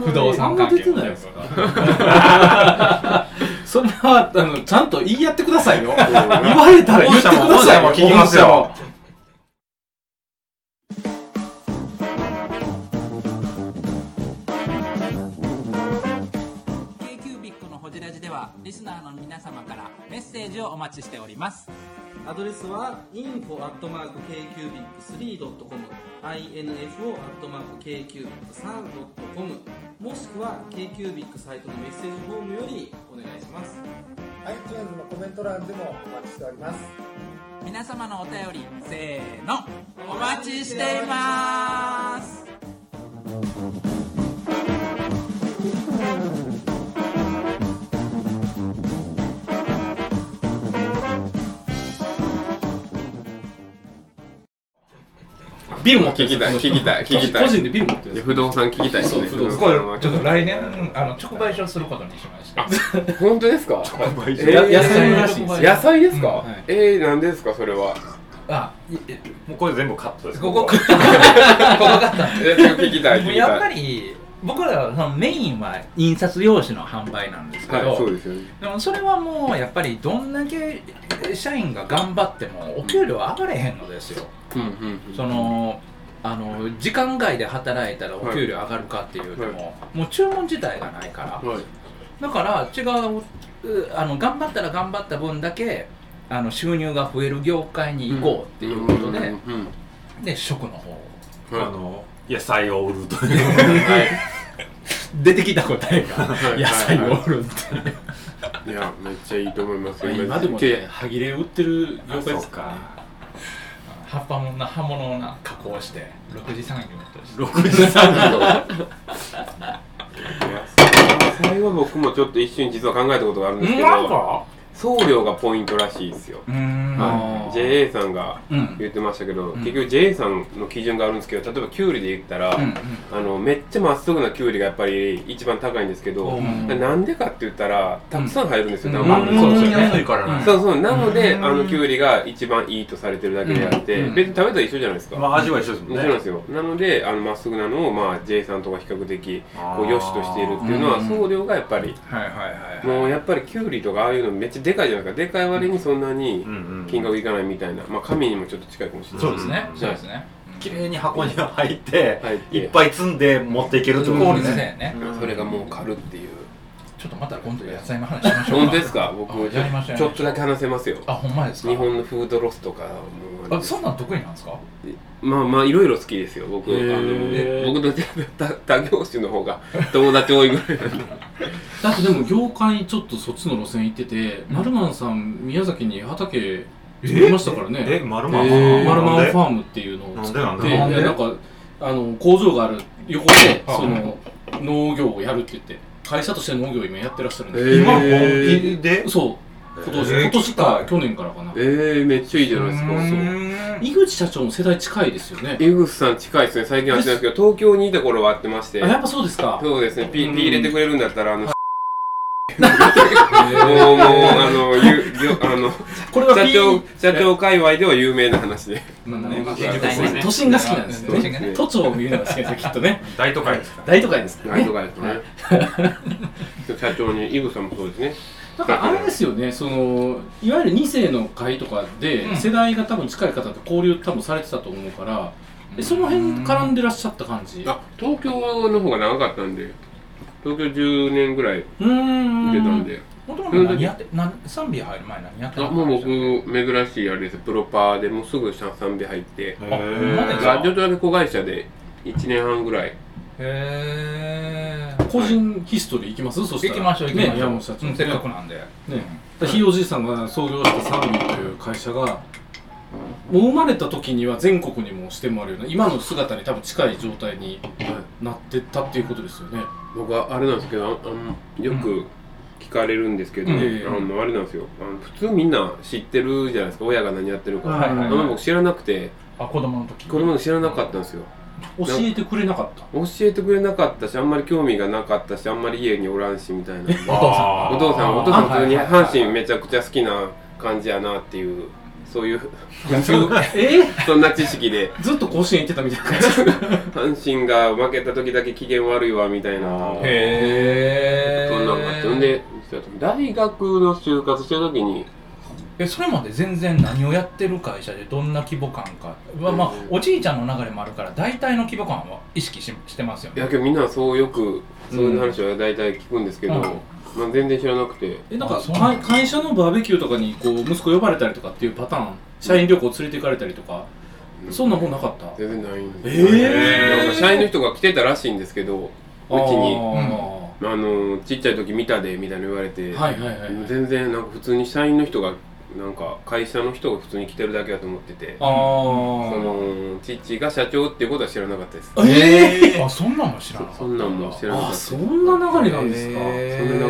[SPEAKER 1] 不動産関係
[SPEAKER 3] あんま出てないですそれはあのちゃんと言い合ってくださいよ言われたら言ってくださいよ
[SPEAKER 7] 本社も本社も聞きますよ
[SPEAKER 8] アドレスは info.kcubic3.com info.kcubic3.com もしくは KQBIC サイトのメッセージフォームよりお願いします
[SPEAKER 9] iTunes のコメント欄でもお待ちしております
[SPEAKER 8] 皆様のお便りせーのお待ちしています
[SPEAKER 3] ビル持ってる
[SPEAKER 5] 聞きたい聞きたい聞きた
[SPEAKER 3] 個
[SPEAKER 5] い
[SPEAKER 3] 人でビル持ってるん
[SPEAKER 5] い
[SPEAKER 3] です
[SPEAKER 5] や不動産聞きたいですね
[SPEAKER 3] そう不動産
[SPEAKER 5] 不動産は
[SPEAKER 1] ちょっと来年あの直売所することにしました
[SPEAKER 5] 本当ですか
[SPEAKER 7] 売所
[SPEAKER 5] えー
[SPEAKER 3] や野菜らしいです
[SPEAKER 5] 野菜ですか、
[SPEAKER 3] うんはい
[SPEAKER 5] えー、何ですかそれは
[SPEAKER 1] *laughs* あいえ
[SPEAKER 7] もうこれ全部カットです
[SPEAKER 1] ここ
[SPEAKER 7] こ
[SPEAKER 5] えー聞きたい聞きたい
[SPEAKER 1] やっぱり僕らはそのメインは印刷用紙の販売なんですけど、
[SPEAKER 5] はいそうですよね
[SPEAKER 1] でもそれはもうやっぱりどんだけ社員が頑張ってもお給料上がれへんのですよ、
[SPEAKER 5] うんうんうん
[SPEAKER 1] そのあの時間外で働いたらお給料上がるかっていうても、もう注文自体がないから
[SPEAKER 5] はい
[SPEAKER 1] だから違ううあの頑張ったら頑張った分だけあの収入が増える業界に行こうっていうことで、
[SPEAKER 5] うんうん
[SPEAKER 1] で食の方
[SPEAKER 5] うん
[SPEAKER 7] あ
[SPEAKER 5] は
[SPEAKER 7] の野菜を売るという
[SPEAKER 5] いはい
[SPEAKER 1] 出てきた答えが
[SPEAKER 5] はい
[SPEAKER 1] 野菜を売るって
[SPEAKER 5] いやめっちゃいいと思いますよ
[SPEAKER 3] 今でもね
[SPEAKER 5] け
[SPEAKER 3] 歯切れ売ってる業界で
[SPEAKER 7] そう
[SPEAKER 3] すからね
[SPEAKER 7] か
[SPEAKER 1] 葉っぱもな刃物をな加工して6次産業として
[SPEAKER 7] 6時産業
[SPEAKER 5] 野菜は僕もちょっと一瞬実は考えたことがあるんですけど送料がポイントらしいですよ
[SPEAKER 1] うーん
[SPEAKER 5] はい JA さんが
[SPEAKER 1] うん
[SPEAKER 5] 言ってましたけど、
[SPEAKER 1] うん
[SPEAKER 5] 結局 JA さんの基準があるんですけど例えばキュウリで言ったら、
[SPEAKER 1] うん
[SPEAKER 5] あのめっちゃまっすぐなキュウリがやっぱり一番高いんですけど、
[SPEAKER 1] うん
[SPEAKER 5] なんでかって言ったらたくさん入るんですよ、
[SPEAKER 1] うん
[SPEAKER 5] 生
[SPEAKER 1] うん
[SPEAKER 5] でそうですよね、
[SPEAKER 7] 安いからね
[SPEAKER 5] そうそうなので、あのキュウリが一番いいとされてるだけであって、
[SPEAKER 1] うん
[SPEAKER 5] 別に食べたら一緒じゃないですか、
[SPEAKER 7] *laughs* まあ味は一緒ですもん
[SPEAKER 5] も
[SPEAKER 7] ね
[SPEAKER 5] ちろんですよなのであのまっすぐなのを、まあ、J さんとか比較的
[SPEAKER 7] あー
[SPEAKER 5] こう良しとしているっていうのは
[SPEAKER 1] うん
[SPEAKER 5] 送料がやっぱり
[SPEAKER 1] はいはいはい
[SPEAKER 5] もうやっぱりキュウリとかああいうのめっちゃでかいじゃないですかでかい割にそんなに
[SPEAKER 7] うんうん
[SPEAKER 5] 金額いかないみたいなまあ紙にもちょっと近いかもしれない
[SPEAKER 1] そうですね
[SPEAKER 5] ん
[SPEAKER 1] そうですね
[SPEAKER 7] 綺麗に箱に入って
[SPEAKER 5] 入っ
[SPEAKER 7] い
[SPEAKER 5] て
[SPEAKER 7] っぱい積んで持っていけるってこと
[SPEAKER 1] 効
[SPEAKER 7] で
[SPEAKER 1] 率
[SPEAKER 7] す
[SPEAKER 1] だ
[SPEAKER 7] ね
[SPEAKER 1] よね
[SPEAKER 5] それがもう狩るっていう
[SPEAKER 1] ちょっとまた今度野菜の話しましょう
[SPEAKER 5] 本当ですか僕
[SPEAKER 1] あやりましょう
[SPEAKER 5] ちょっとだけ話せますよ
[SPEAKER 1] あほんまですか
[SPEAKER 5] 日本のフードロスとかも
[SPEAKER 1] あそんなん得意なんですか
[SPEAKER 5] まあまあいろいろ好きですよ僕あ
[SPEAKER 3] へー
[SPEAKER 5] の僕 *laughs* の他他業種の方が友達多いぐらいなんで
[SPEAKER 3] だってでも業界ちょっとそっちの路線行ってて、マルマンさん宮崎に畑作りましたからね
[SPEAKER 7] えマルマン
[SPEAKER 3] マルマンフ
[SPEAKER 7] ン
[SPEAKER 3] ァームっていうのを作
[SPEAKER 7] なん
[SPEAKER 3] っ
[SPEAKER 7] で
[SPEAKER 3] て
[SPEAKER 7] なん
[SPEAKER 3] い
[SPEAKER 7] で
[SPEAKER 3] やなんかあの工場がある横でその農業をやるって言って会社として農業を今やってらっしゃるんですよ
[SPEAKER 7] 今本気
[SPEAKER 5] え
[SPEAKER 7] で
[SPEAKER 3] そう今年
[SPEAKER 7] えー
[SPEAKER 3] 今年か去年からかな
[SPEAKER 5] ーめっちゃいいじゃないですかそう
[SPEAKER 3] 井口社長の世代近いですよね
[SPEAKER 5] 井口さん近いですね最近は会ってないですけど東京にいた頃は会ってまして
[SPEAKER 3] あやっぱそうですか
[SPEAKER 5] そうですねピ
[SPEAKER 3] うん
[SPEAKER 5] ピ入れてくれるんだったらあのもうもうあ *laughs* のゆぎょあの
[SPEAKER 3] これは
[SPEAKER 5] 社
[SPEAKER 3] P
[SPEAKER 5] 長社長界隈では有名な話で
[SPEAKER 3] まあね
[SPEAKER 1] うん
[SPEAKER 3] まあ
[SPEAKER 5] 絶対
[SPEAKER 1] ね
[SPEAKER 3] 都心が好きなんですよ
[SPEAKER 1] 都心が
[SPEAKER 3] ね
[SPEAKER 5] ね
[SPEAKER 3] 都庁を見るのが好きなんですよきっとね
[SPEAKER 7] 大都会ですか
[SPEAKER 3] 大都会ですから
[SPEAKER 5] な
[SPEAKER 3] ね
[SPEAKER 5] んとかですね *laughs* 社長に井口さんもそうですね
[SPEAKER 3] だからあれですよね、そのいわゆる2世の会とかで、
[SPEAKER 1] うん
[SPEAKER 3] 世代が多分近い方と交流多分されてたと思うから、でその辺絡んでらっしゃった感じ。
[SPEAKER 5] あ東京の方が長かったんで東京10年ぐらい出
[SPEAKER 3] うーん。
[SPEAKER 5] たんで
[SPEAKER 1] もともと何やってなんサンビア入る前何やって
[SPEAKER 5] あ
[SPEAKER 1] た
[SPEAKER 5] もう僕珍しいあれですプロパーでもうすぐ社賛美入って
[SPEAKER 1] あほんまです
[SPEAKER 5] ラ
[SPEAKER 1] か
[SPEAKER 5] ジ
[SPEAKER 1] へ
[SPEAKER 5] オと子会社で1年半ぐらい
[SPEAKER 1] え
[SPEAKER 3] 個人ヒストリーいきますそした
[SPEAKER 1] 行
[SPEAKER 3] ら。
[SPEAKER 1] きましょう行き
[SPEAKER 3] ね、
[SPEAKER 1] ましょ
[SPEAKER 3] 山
[SPEAKER 1] うう
[SPEAKER 3] 本
[SPEAKER 1] ん
[SPEAKER 3] 社長。
[SPEAKER 1] せっかくなんで
[SPEAKER 3] ね、だからひいおじいさんが創業したサルミという会社が、もう生まれた時には全国にも支店もあるような、今の姿に多分近い状態になってったっていうことですよね。
[SPEAKER 5] 僕はあれなんですけどああのよく聞かれるんですけど、
[SPEAKER 3] うん
[SPEAKER 5] あのあれなんですよあの普通みんな知ってるじゃないですか親が何やってるか、
[SPEAKER 3] はいはいはい
[SPEAKER 5] あんまり僕知らなくて
[SPEAKER 1] あ子供の時
[SPEAKER 5] 子供の知らなかったんですよ
[SPEAKER 3] 教えてくれなかった。
[SPEAKER 5] 教えてくれなかったしあんまり興味がなかったしあんまり家におらんしみたいな
[SPEAKER 3] *laughs*
[SPEAKER 1] お父さん
[SPEAKER 5] お父さんお父さん普通に
[SPEAKER 3] はいはいはい
[SPEAKER 5] 阪神めちゃくちゃ好きな感じやなっていうそういう
[SPEAKER 3] え
[SPEAKER 5] *laughs* そんな知識で
[SPEAKER 3] ずっと甲子園行ってたみたいな感じ。
[SPEAKER 5] 阪神が負けた時だけ機嫌悪いわみたいな
[SPEAKER 1] へえ
[SPEAKER 5] そんなんがあってほんで大学の就活してる時に
[SPEAKER 1] えそれまで全然何をやってる会社でどんな規模感か、まあまあ
[SPEAKER 5] うん
[SPEAKER 1] おじいちゃんの流れもあるから大体の規模感は意識ししてますよ
[SPEAKER 5] い
[SPEAKER 1] ね
[SPEAKER 5] やけどみんなそうよくそういう話は大体聞くんですけど、
[SPEAKER 1] うん
[SPEAKER 5] まあ、全然知らなくて
[SPEAKER 3] えなんか
[SPEAKER 1] あそうなん
[SPEAKER 3] 会会社のバーベキューとかにこう息子呼ばれたりとかっていうパターン社員旅行連れて行かれたりとか、そんなもんなかった
[SPEAKER 5] 全然ないんで
[SPEAKER 3] えー
[SPEAKER 5] なんか社員の人が来てたらしいんですけどうちに
[SPEAKER 3] あ
[SPEAKER 5] あのちっちゃい時見たでみたいに言われて、
[SPEAKER 3] ーはいはいはい
[SPEAKER 5] 全然なんか普通に社員の人がなんか会社の人が普通に来てるだけだと思ってて
[SPEAKER 3] あ
[SPEAKER 5] そ
[SPEAKER 3] ー
[SPEAKER 5] の父が社長っていうことは知らなかったです
[SPEAKER 3] えー
[SPEAKER 1] あそんなんも知らなかった
[SPEAKER 5] そんなんも知らなか
[SPEAKER 3] あ
[SPEAKER 5] った
[SPEAKER 3] そんな流れなんですか
[SPEAKER 5] そん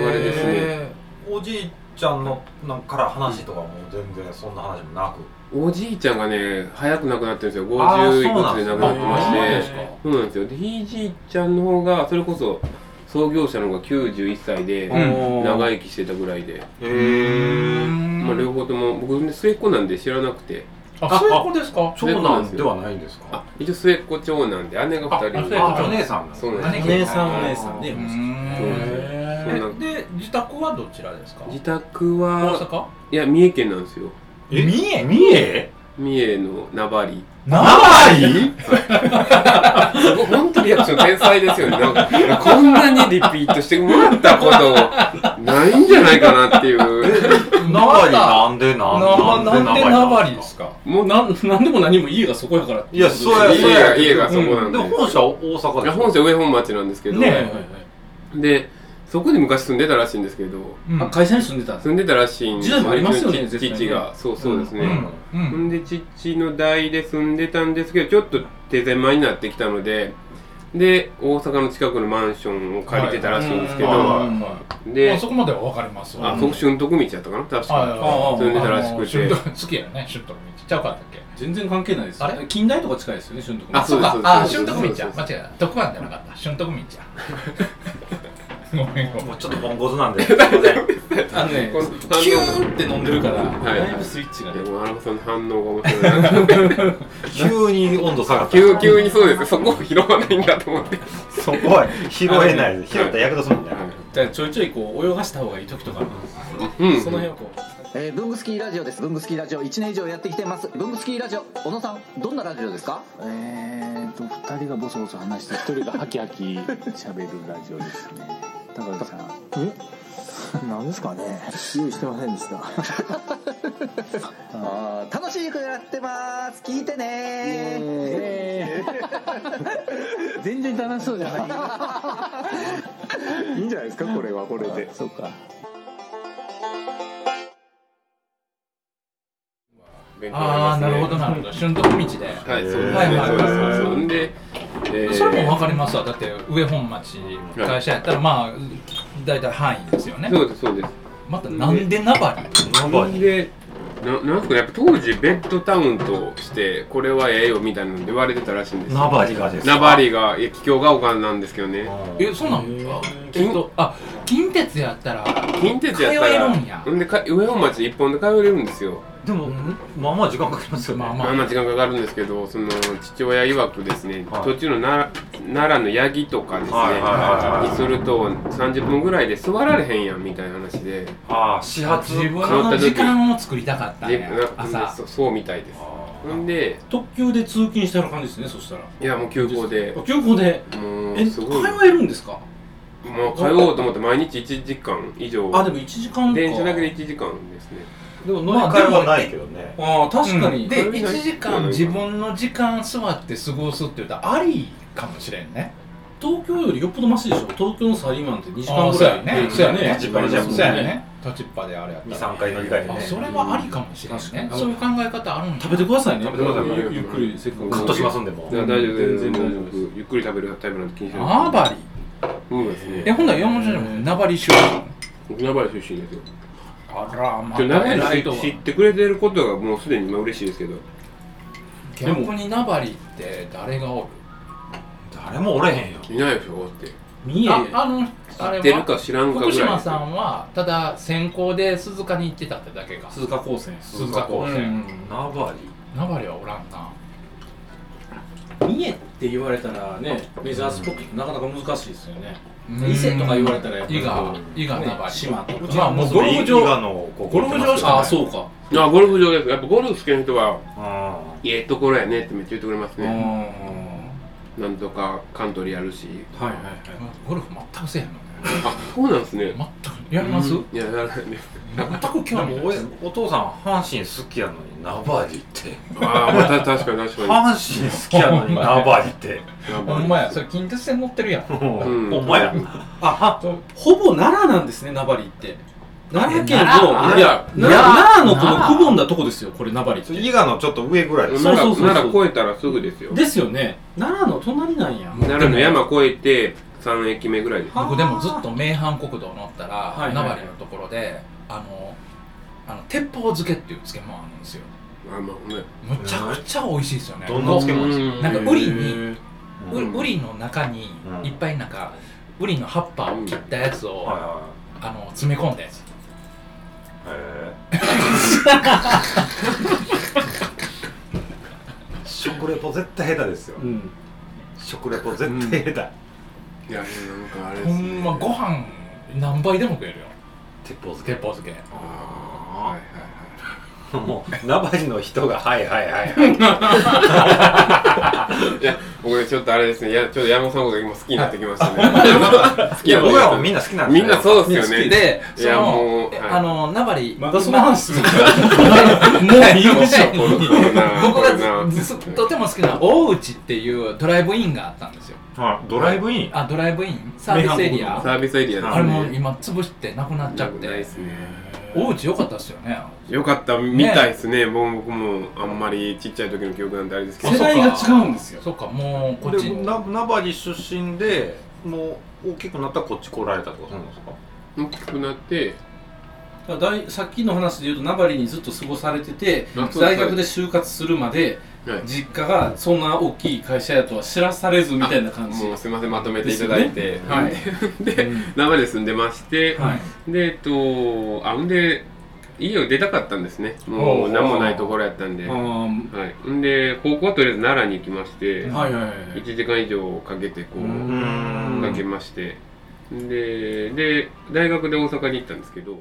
[SPEAKER 5] な流れですね
[SPEAKER 7] おじいちゃんのなんかから話とかも全然そんな話もなく
[SPEAKER 5] おじいちゃんがね早く亡くなってるんですよ
[SPEAKER 7] あー
[SPEAKER 5] 50いくつで亡くなってまし
[SPEAKER 3] そうなんです
[SPEAKER 5] て
[SPEAKER 3] ね
[SPEAKER 5] そうなんですよでひいじいちゃんの方がそれこそ創業者の方が91歳で
[SPEAKER 1] うん
[SPEAKER 5] 長生きしてたぐらいで、
[SPEAKER 7] へえ
[SPEAKER 5] まあ、両方とも僕ね末っ子なんで知らなくて
[SPEAKER 1] あそういう子ですか
[SPEAKER 5] 長男では
[SPEAKER 7] ないんですか
[SPEAKER 5] あ一応末っ子長男で姉が2人いて
[SPEAKER 1] ああ
[SPEAKER 7] お姉さんが
[SPEAKER 5] そうなんです
[SPEAKER 1] 姉貴
[SPEAKER 3] お姉さんお姉さん
[SPEAKER 1] う
[SPEAKER 3] で
[SPEAKER 1] ー
[SPEAKER 5] そうな
[SPEAKER 1] ん
[SPEAKER 5] んですよそうなん
[SPEAKER 1] えで自宅はどちらですか
[SPEAKER 5] 自宅
[SPEAKER 1] 大
[SPEAKER 5] は
[SPEAKER 1] 阪
[SPEAKER 5] いや三重県なんですよ
[SPEAKER 1] え三重
[SPEAKER 7] 三重
[SPEAKER 5] 三重の名張
[SPEAKER 7] はい
[SPEAKER 5] すごい本当リアクション天才ですよねなんかこんなにリピートしてもらったことないんじゃないかなって *laughs* いう
[SPEAKER 7] 名張なんでなん
[SPEAKER 1] な
[SPEAKER 7] で
[SPEAKER 1] なんで名張ですか
[SPEAKER 3] もうなんなんでも何も家がそこやからって
[SPEAKER 7] いやそうやそ
[SPEAKER 5] 家
[SPEAKER 7] うや
[SPEAKER 5] が家がそこなん
[SPEAKER 7] で
[SPEAKER 5] で、
[SPEAKER 7] も本社大阪
[SPEAKER 5] い
[SPEAKER 7] で
[SPEAKER 5] や
[SPEAKER 7] す
[SPEAKER 5] 本社上本町なんですけど、
[SPEAKER 3] はいはいはい
[SPEAKER 5] でそこに昔住んでたらしいんですけど
[SPEAKER 1] うん
[SPEAKER 3] あ会社に住んでたんです
[SPEAKER 5] 住んでたらしいんです
[SPEAKER 3] 時代もありますよね
[SPEAKER 5] うち
[SPEAKER 3] 絶
[SPEAKER 5] の父
[SPEAKER 3] 対ね
[SPEAKER 5] 父がそうそうです
[SPEAKER 1] う
[SPEAKER 5] ね、
[SPEAKER 1] んうん
[SPEAKER 5] んで父の代で住んでたんですけどちょっと手狭になってきたのでで大阪の近くのマンションを借りてたらしいんですけど、
[SPEAKER 7] はいはい
[SPEAKER 3] うんま
[SPEAKER 5] で
[SPEAKER 10] あ、そこまでは分かりますわ
[SPEAKER 5] あそこ俊徳道やったかな確
[SPEAKER 10] はいはい
[SPEAKER 5] か
[SPEAKER 10] はい
[SPEAKER 3] あ
[SPEAKER 5] 住んでたらし
[SPEAKER 10] あの
[SPEAKER 5] く
[SPEAKER 10] 俊
[SPEAKER 5] て
[SPEAKER 10] 徳好きやね、俊徳道。ちゃうかったっけ
[SPEAKER 3] 全然関係ないですよ
[SPEAKER 10] あれ
[SPEAKER 3] 近代とか近いですよね俊徳も
[SPEAKER 5] あそうです
[SPEAKER 10] かあ、
[SPEAKER 5] そ
[SPEAKER 10] 俊
[SPEAKER 5] うです
[SPEAKER 10] 徳道
[SPEAKER 5] そ
[SPEAKER 10] や。
[SPEAKER 5] うです
[SPEAKER 10] 間違えた。徳番じゃなかった。俊徳道や。ごめんごめん。
[SPEAKER 7] もうちょっとポンコツなんで。すいません
[SPEAKER 3] あのね
[SPEAKER 5] この
[SPEAKER 3] キューンって飲んでるから
[SPEAKER 5] はい
[SPEAKER 3] だいぶスイッチが
[SPEAKER 5] で
[SPEAKER 3] ね
[SPEAKER 5] もアラブさんの反応が面白いな
[SPEAKER 7] 急に温度下がった。
[SPEAKER 5] 急急にそうですそこを拾わないんだと思って
[SPEAKER 7] そこは拾えないです。拾ったら役立つもんね。
[SPEAKER 3] じゃあちょいちょいこう泳がした方がいい時とか
[SPEAKER 5] うん
[SPEAKER 3] その辺をこう
[SPEAKER 11] えー、ブングスキーラジオです。ブングスキーラジオ1年以上やってきてます。ブングスキーラジオ、小野さん、どんなラジオですかえーと、2人がボソボソ話して、1人がハキハキ喋るラジオですね。高橋さん。えなんですかね用意してませんで *laughs* した。あー楽しい曲やってます。聞いてね *laughs* 全然楽しそうじゃ *laughs* ない。いいんじゃないですか、これはこれで。そうか。
[SPEAKER 5] 勉強に
[SPEAKER 1] ああ、
[SPEAKER 5] りますね
[SPEAKER 1] なるほど、なるほど。瞬徳道で。
[SPEAKER 5] はいそうですね
[SPEAKER 1] はいはい
[SPEAKER 5] そうですそうですそうですでえー
[SPEAKER 1] それも分かりますわ。だって、上本町の会社やったら、まあ、大体範囲ですよね。
[SPEAKER 5] そうですそうです
[SPEAKER 1] また、なんでナバリ
[SPEAKER 5] なんでななんすかねやっぱ当時ベッドタウンとしてこれはええよみたいなので言われてたらしいんですよ
[SPEAKER 7] ナバリがです。
[SPEAKER 5] ナバリがいや桔梗が丘なんですけどね
[SPEAKER 1] え、そんなん、あえっと、あ、近鉄やったら、
[SPEAKER 5] 近鉄やったら
[SPEAKER 1] 通えるんや
[SPEAKER 5] ほんでか上本町一本で通えれるんですよ
[SPEAKER 7] でも、まあまあ時間かかりますよね。
[SPEAKER 1] まあま
[SPEAKER 5] まあまあ時間かかるんですけどその父親曰くですね、
[SPEAKER 7] はい
[SPEAKER 5] 途中のな奈良の八木とかですね、
[SPEAKER 7] はいはいはいはい
[SPEAKER 5] にすると30分ぐらいで座られへんやんみたいな話で
[SPEAKER 7] ああ、始発。
[SPEAKER 1] 自分の時間を作りたかったん
[SPEAKER 5] で
[SPEAKER 1] や
[SPEAKER 5] なん、か
[SPEAKER 1] 朝。
[SPEAKER 5] そそうみたいですほんで
[SPEAKER 3] 特急で通勤してる感じですねそしたら
[SPEAKER 5] いやもう急行で
[SPEAKER 3] あ急行で
[SPEAKER 5] も
[SPEAKER 3] え
[SPEAKER 5] う
[SPEAKER 3] 通
[SPEAKER 5] すごい
[SPEAKER 3] えるんですか
[SPEAKER 5] もう通おうと思って毎日1時間以上
[SPEAKER 3] あでも1時間か
[SPEAKER 5] 電車だけで1時間ですね
[SPEAKER 3] でも
[SPEAKER 7] 乗り換えはないけどね。
[SPEAKER 3] ああ確かに、
[SPEAKER 1] うんで1時間自分の時間座って過ごすって言うたらありかもしれんね
[SPEAKER 3] 東京よりよっぽどマシでしょ東京のサラリーマンって2時
[SPEAKER 1] あ
[SPEAKER 3] 間
[SPEAKER 1] ー
[SPEAKER 3] ぐらい
[SPEAKER 1] そうやね
[SPEAKER 7] そうやね
[SPEAKER 3] 時間
[SPEAKER 1] そう
[SPEAKER 3] ぐら
[SPEAKER 1] や
[SPEAKER 3] い
[SPEAKER 1] ね立ちっぱであれやった
[SPEAKER 7] 2、
[SPEAKER 1] ら
[SPEAKER 7] 3回乗り換えて
[SPEAKER 1] あ
[SPEAKER 7] ね。
[SPEAKER 1] それはありかもしれん
[SPEAKER 3] 確か
[SPEAKER 1] ね
[SPEAKER 3] に
[SPEAKER 1] そういう考え方あるんだ
[SPEAKER 3] 食べてくださいね
[SPEAKER 5] 食べてください
[SPEAKER 3] ゆゆっくりせっかく
[SPEAKER 5] カ
[SPEAKER 7] カットしますんでも
[SPEAKER 5] い。や大丈夫全然
[SPEAKER 3] 全然大
[SPEAKER 5] 大丈
[SPEAKER 3] 丈夫
[SPEAKER 5] 夫で
[SPEAKER 3] ですす
[SPEAKER 5] ゆっくり食べるタイプなんて気にしない
[SPEAKER 1] ナバリ
[SPEAKER 5] そうですね
[SPEAKER 1] えほんなら山本さんもナバリしよう
[SPEAKER 5] 名張出身ですよ
[SPEAKER 1] あらま
[SPEAKER 5] 名張
[SPEAKER 1] 偉いとは
[SPEAKER 5] 知ってくれてることがもうすでに今嬉しいですけど
[SPEAKER 1] 逆にナバリって誰がおる
[SPEAKER 7] 誰もおれへんよ。
[SPEAKER 5] いないでしょって
[SPEAKER 3] 三重
[SPEAKER 1] ああのあ
[SPEAKER 5] 知
[SPEAKER 1] れ
[SPEAKER 5] ってる
[SPEAKER 1] は
[SPEAKER 5] か知らんかぐらい
[SPEAKER 1] 福島さんはただ先行で鈴鹿に行ってたってだけか
[SPEAKER 3] 鈴鹿高専
[SPEAKER 1] 鈴鹿高
[SPEAKER 3] う
[SPEAKER 1] 専
[SPEAKER 3] ん
[SPEAKER 7] ナバリ。
[SPEAKER 1] ナバリはおらんな
[SPEAKER 3] 三重って言われたらねメジャースポットってなかなか難しいですよね伊勢とか言われたらやっぱり
[SPEAKER 1] 伊賀伊賀
[SPEAKER 3] ね
[SPEAKER 1] ナバリ
[SPEAKER 3] 島とか
[SPEAKER 1] まあもうゴルフ
[SPEAKER 7] 伊
[SPEAKER 1] 場
[SPEAKER 7] 賀のこ
[SPEAKER 3] ゴ
[SPEAKER 7] こ
[SPEAKER 3] ルフ場しか
[SPEAKER 1] あ
[SPEAKER 3] あそうか
[SPEAKER 5] あゴルフ場ですやっぱゴルフ好きな人は
[SPEAKER 7] あ
[SPEAKER 5] ええところやねってめっちゃ言ってくれます
[SPEAKER 3] うん
[SPEAKER 5] ね
[SPEAKER 3] は
[SPEAKER 5] なんとかカントリーやるし
[SPEAKER 3] いはいはい
[SPEAKER 1] ゴルフ全くせえへんのね
[SPEAKER 5] あそうなんですね
[SPEAKER 1] 全くやります
[SPEAKER 5] いややらないね
[SPEAKER 1] 全く
[SPEAKER 7] で
[SPEAKER 1] 興味
[SPEAKER 7] も
[SPEAKER 1] ないです
[SPEAKER 7] おお父さん阪神好きやのにナバリって
[SPEAKER 5] ああまた確かに確か
[SPEAKER 7] 阪神好きやのにナバリって
[SPEAKER 5] にや
[SPEAKER 1] ほ
[SPEAKER 5] ばい
[SPEAKER 1] んまやそれ近鉄線乗ってるやん
[SPEAKER 5] ん
[SPEAKER 7] ほんまや
[SPEAKER 3] あはほぼ奈良なんですね名張って奈良県の
[SPEAKER 5] 良
[SPEAKER 3] いや
[SPEAKER 5] 奈良
[SPEAKER 3] 奈良のこのくぼんだとこですよこれ名張って
[SPEAKER 7] 伊賀のちょっと上ぐらいです
[SPEAKER 5] 奈
[SPEAKER 3] そ
[SPEAKER 5] 良
[SPEAKER 3] うそうそうそう
[SPEAKER 5] 奈良越えたらすぐですよ
[SPEAKER 3] ですよね奈良の隣なんや
[SPEAKER 5] 奈良の山越えて3駅目ぐらいです
[SPEAKER 1] 僕でもずっと名阪国道乗ったら
[SPEAKER 3] はいはい
[SPEAKER 1] 名張のところであのあの鉄砲漬けっていう漬物あるんですよ
[SPEAKER 5] あまあほんまや
[SPEAKER 1] むちゃくちゃ美味しいですよね
[SPEAKER 7] どんな漬物
[SPEAKER 5] うん
[SPEAKER 1] なんかウリに
[SPEAKER 7] う
[SPEAKER 1] ウ
[SPEAKER 7] ん
[SPEAKER 1] ウリの中に
[SPEAKER 7] うん
[SPEAKER 1] いっぱいなんかウリの葉っぱを切ったやつを
[SPEAKER 7] はいは
[SPEAKER 1] あの詰め込んだやつ
[SPEAKER 7] いへえ食レポ絶対下手ですよ
[SPEAKER 3] うん
[SPEAKER 7] 食レポ絶対
[SPEAKER 5] い
[SPEAKER 7] 下
[SPEAKER 5] やなんかあれです
[SPEAKER 1] ほ
[SPEAKER 5] ね
[SPEAKER 1] んまご飯何倍でも食えるよ
[SPEAKER 7] 手鉄砲漬
[SPEAKER 1] 鉄砲漬け
[SPEAKER 5] ああはいはい
[SPEAKER 7] けもうナバリの人がはいはいはいはい
[SPEAKER 5] はいいや僕ねちょっとあれですねいやちょっと山本さんのこと今好きになってきま
[SPEAKER 1] *laughs*
[SPEAKER 5] したね山本さん好
[SPEAKER 7] い
[SPEAKER 5] き
[SPEAKER 7] や
[SPEAKER 5] な
[SPEAKER 7] 僕らも
[SPEAKER 5] の
[SPEAKER 7] みんな好きなん
[SPEAKER 5] *laughs* みんなそうですよね
[SPEAKER 1] で、
[SPEAKER 5] い
[SPEAKER 1] そ
[SPEAKER 5] やも
[SPEAKER 1] の
[SPEAKER 5] う、はい
[SPEAKER 1] あの、名張、
[SPEAKER 3] またその話するんだ
[SPEAKER 1] *laughs* もういいでしょ
[SPEAKER 5] これこれな
[SPEAKER 1] 僕
[SPEAKER 5] これな
[SPEAKER 1] がずずとても好きな大内っていうドライブインがあったんですよ。
[SPEAKER 7] はいドライブイン
[SPEAKER 1] あ、ドライブインサービスエリ
[SPEAKER 5] サ
[SPEAKER 1] ア。
[SPEAKER 5] ービスエリアですね
[SPEAKER 1] あれも今潰してなくなっちゃっ
[SPEAKER 5] なくない
[SPEAKER 1] て。
[SPEAKER 5] ですね
[SPEAKER 1] 大内良かったっすよね
[SPEAKER 5] よかったみたいですねもう僕もあんまりちっちゃい時の記憶なんてあれですけど
[SPEAKER 1] よそっかもうこっち
[SPEAKER 7] でな名張出身でもう大きくなったらこっち来られたとかそうなんですか
[SPEAKER 5] 大きくなって
[SPEAKER 3] だから大さっきの話で言うと名張にずっと過ごされてて
[SPEAKER 5] あそう
[SPEAKER 3] 大学で就活するまで実家がそんな大きい会社やとは知らされずみたいな感じ
[SPEAKER 5] もうすいませんまとめていただいて、
[SPEAKER 3] ですよねはい
[SPEAKER 5] *laughs* で名張で住んでまして、でえっとあんで家を出たかったんですねも
[SPEAKER 3] お
[SPEAKER 5] う
[SPEAKER 3] う
[SPEAKER 5] 何もないところやったんで、
[SPEAKER 3] あー
[SPEAKER 5] はい、んで高校はとりあえず奈良に行きまして、
[SPEAKER 3] はいはいはい
[SPEAKER 5] 1時間以上かけてこ
[SPEAKER 3] う
[SPEAKER 5] う
[SPEAKER 3] ーん
[SPEAKER 5] かけましてでで大学で大阪に行ったんですけど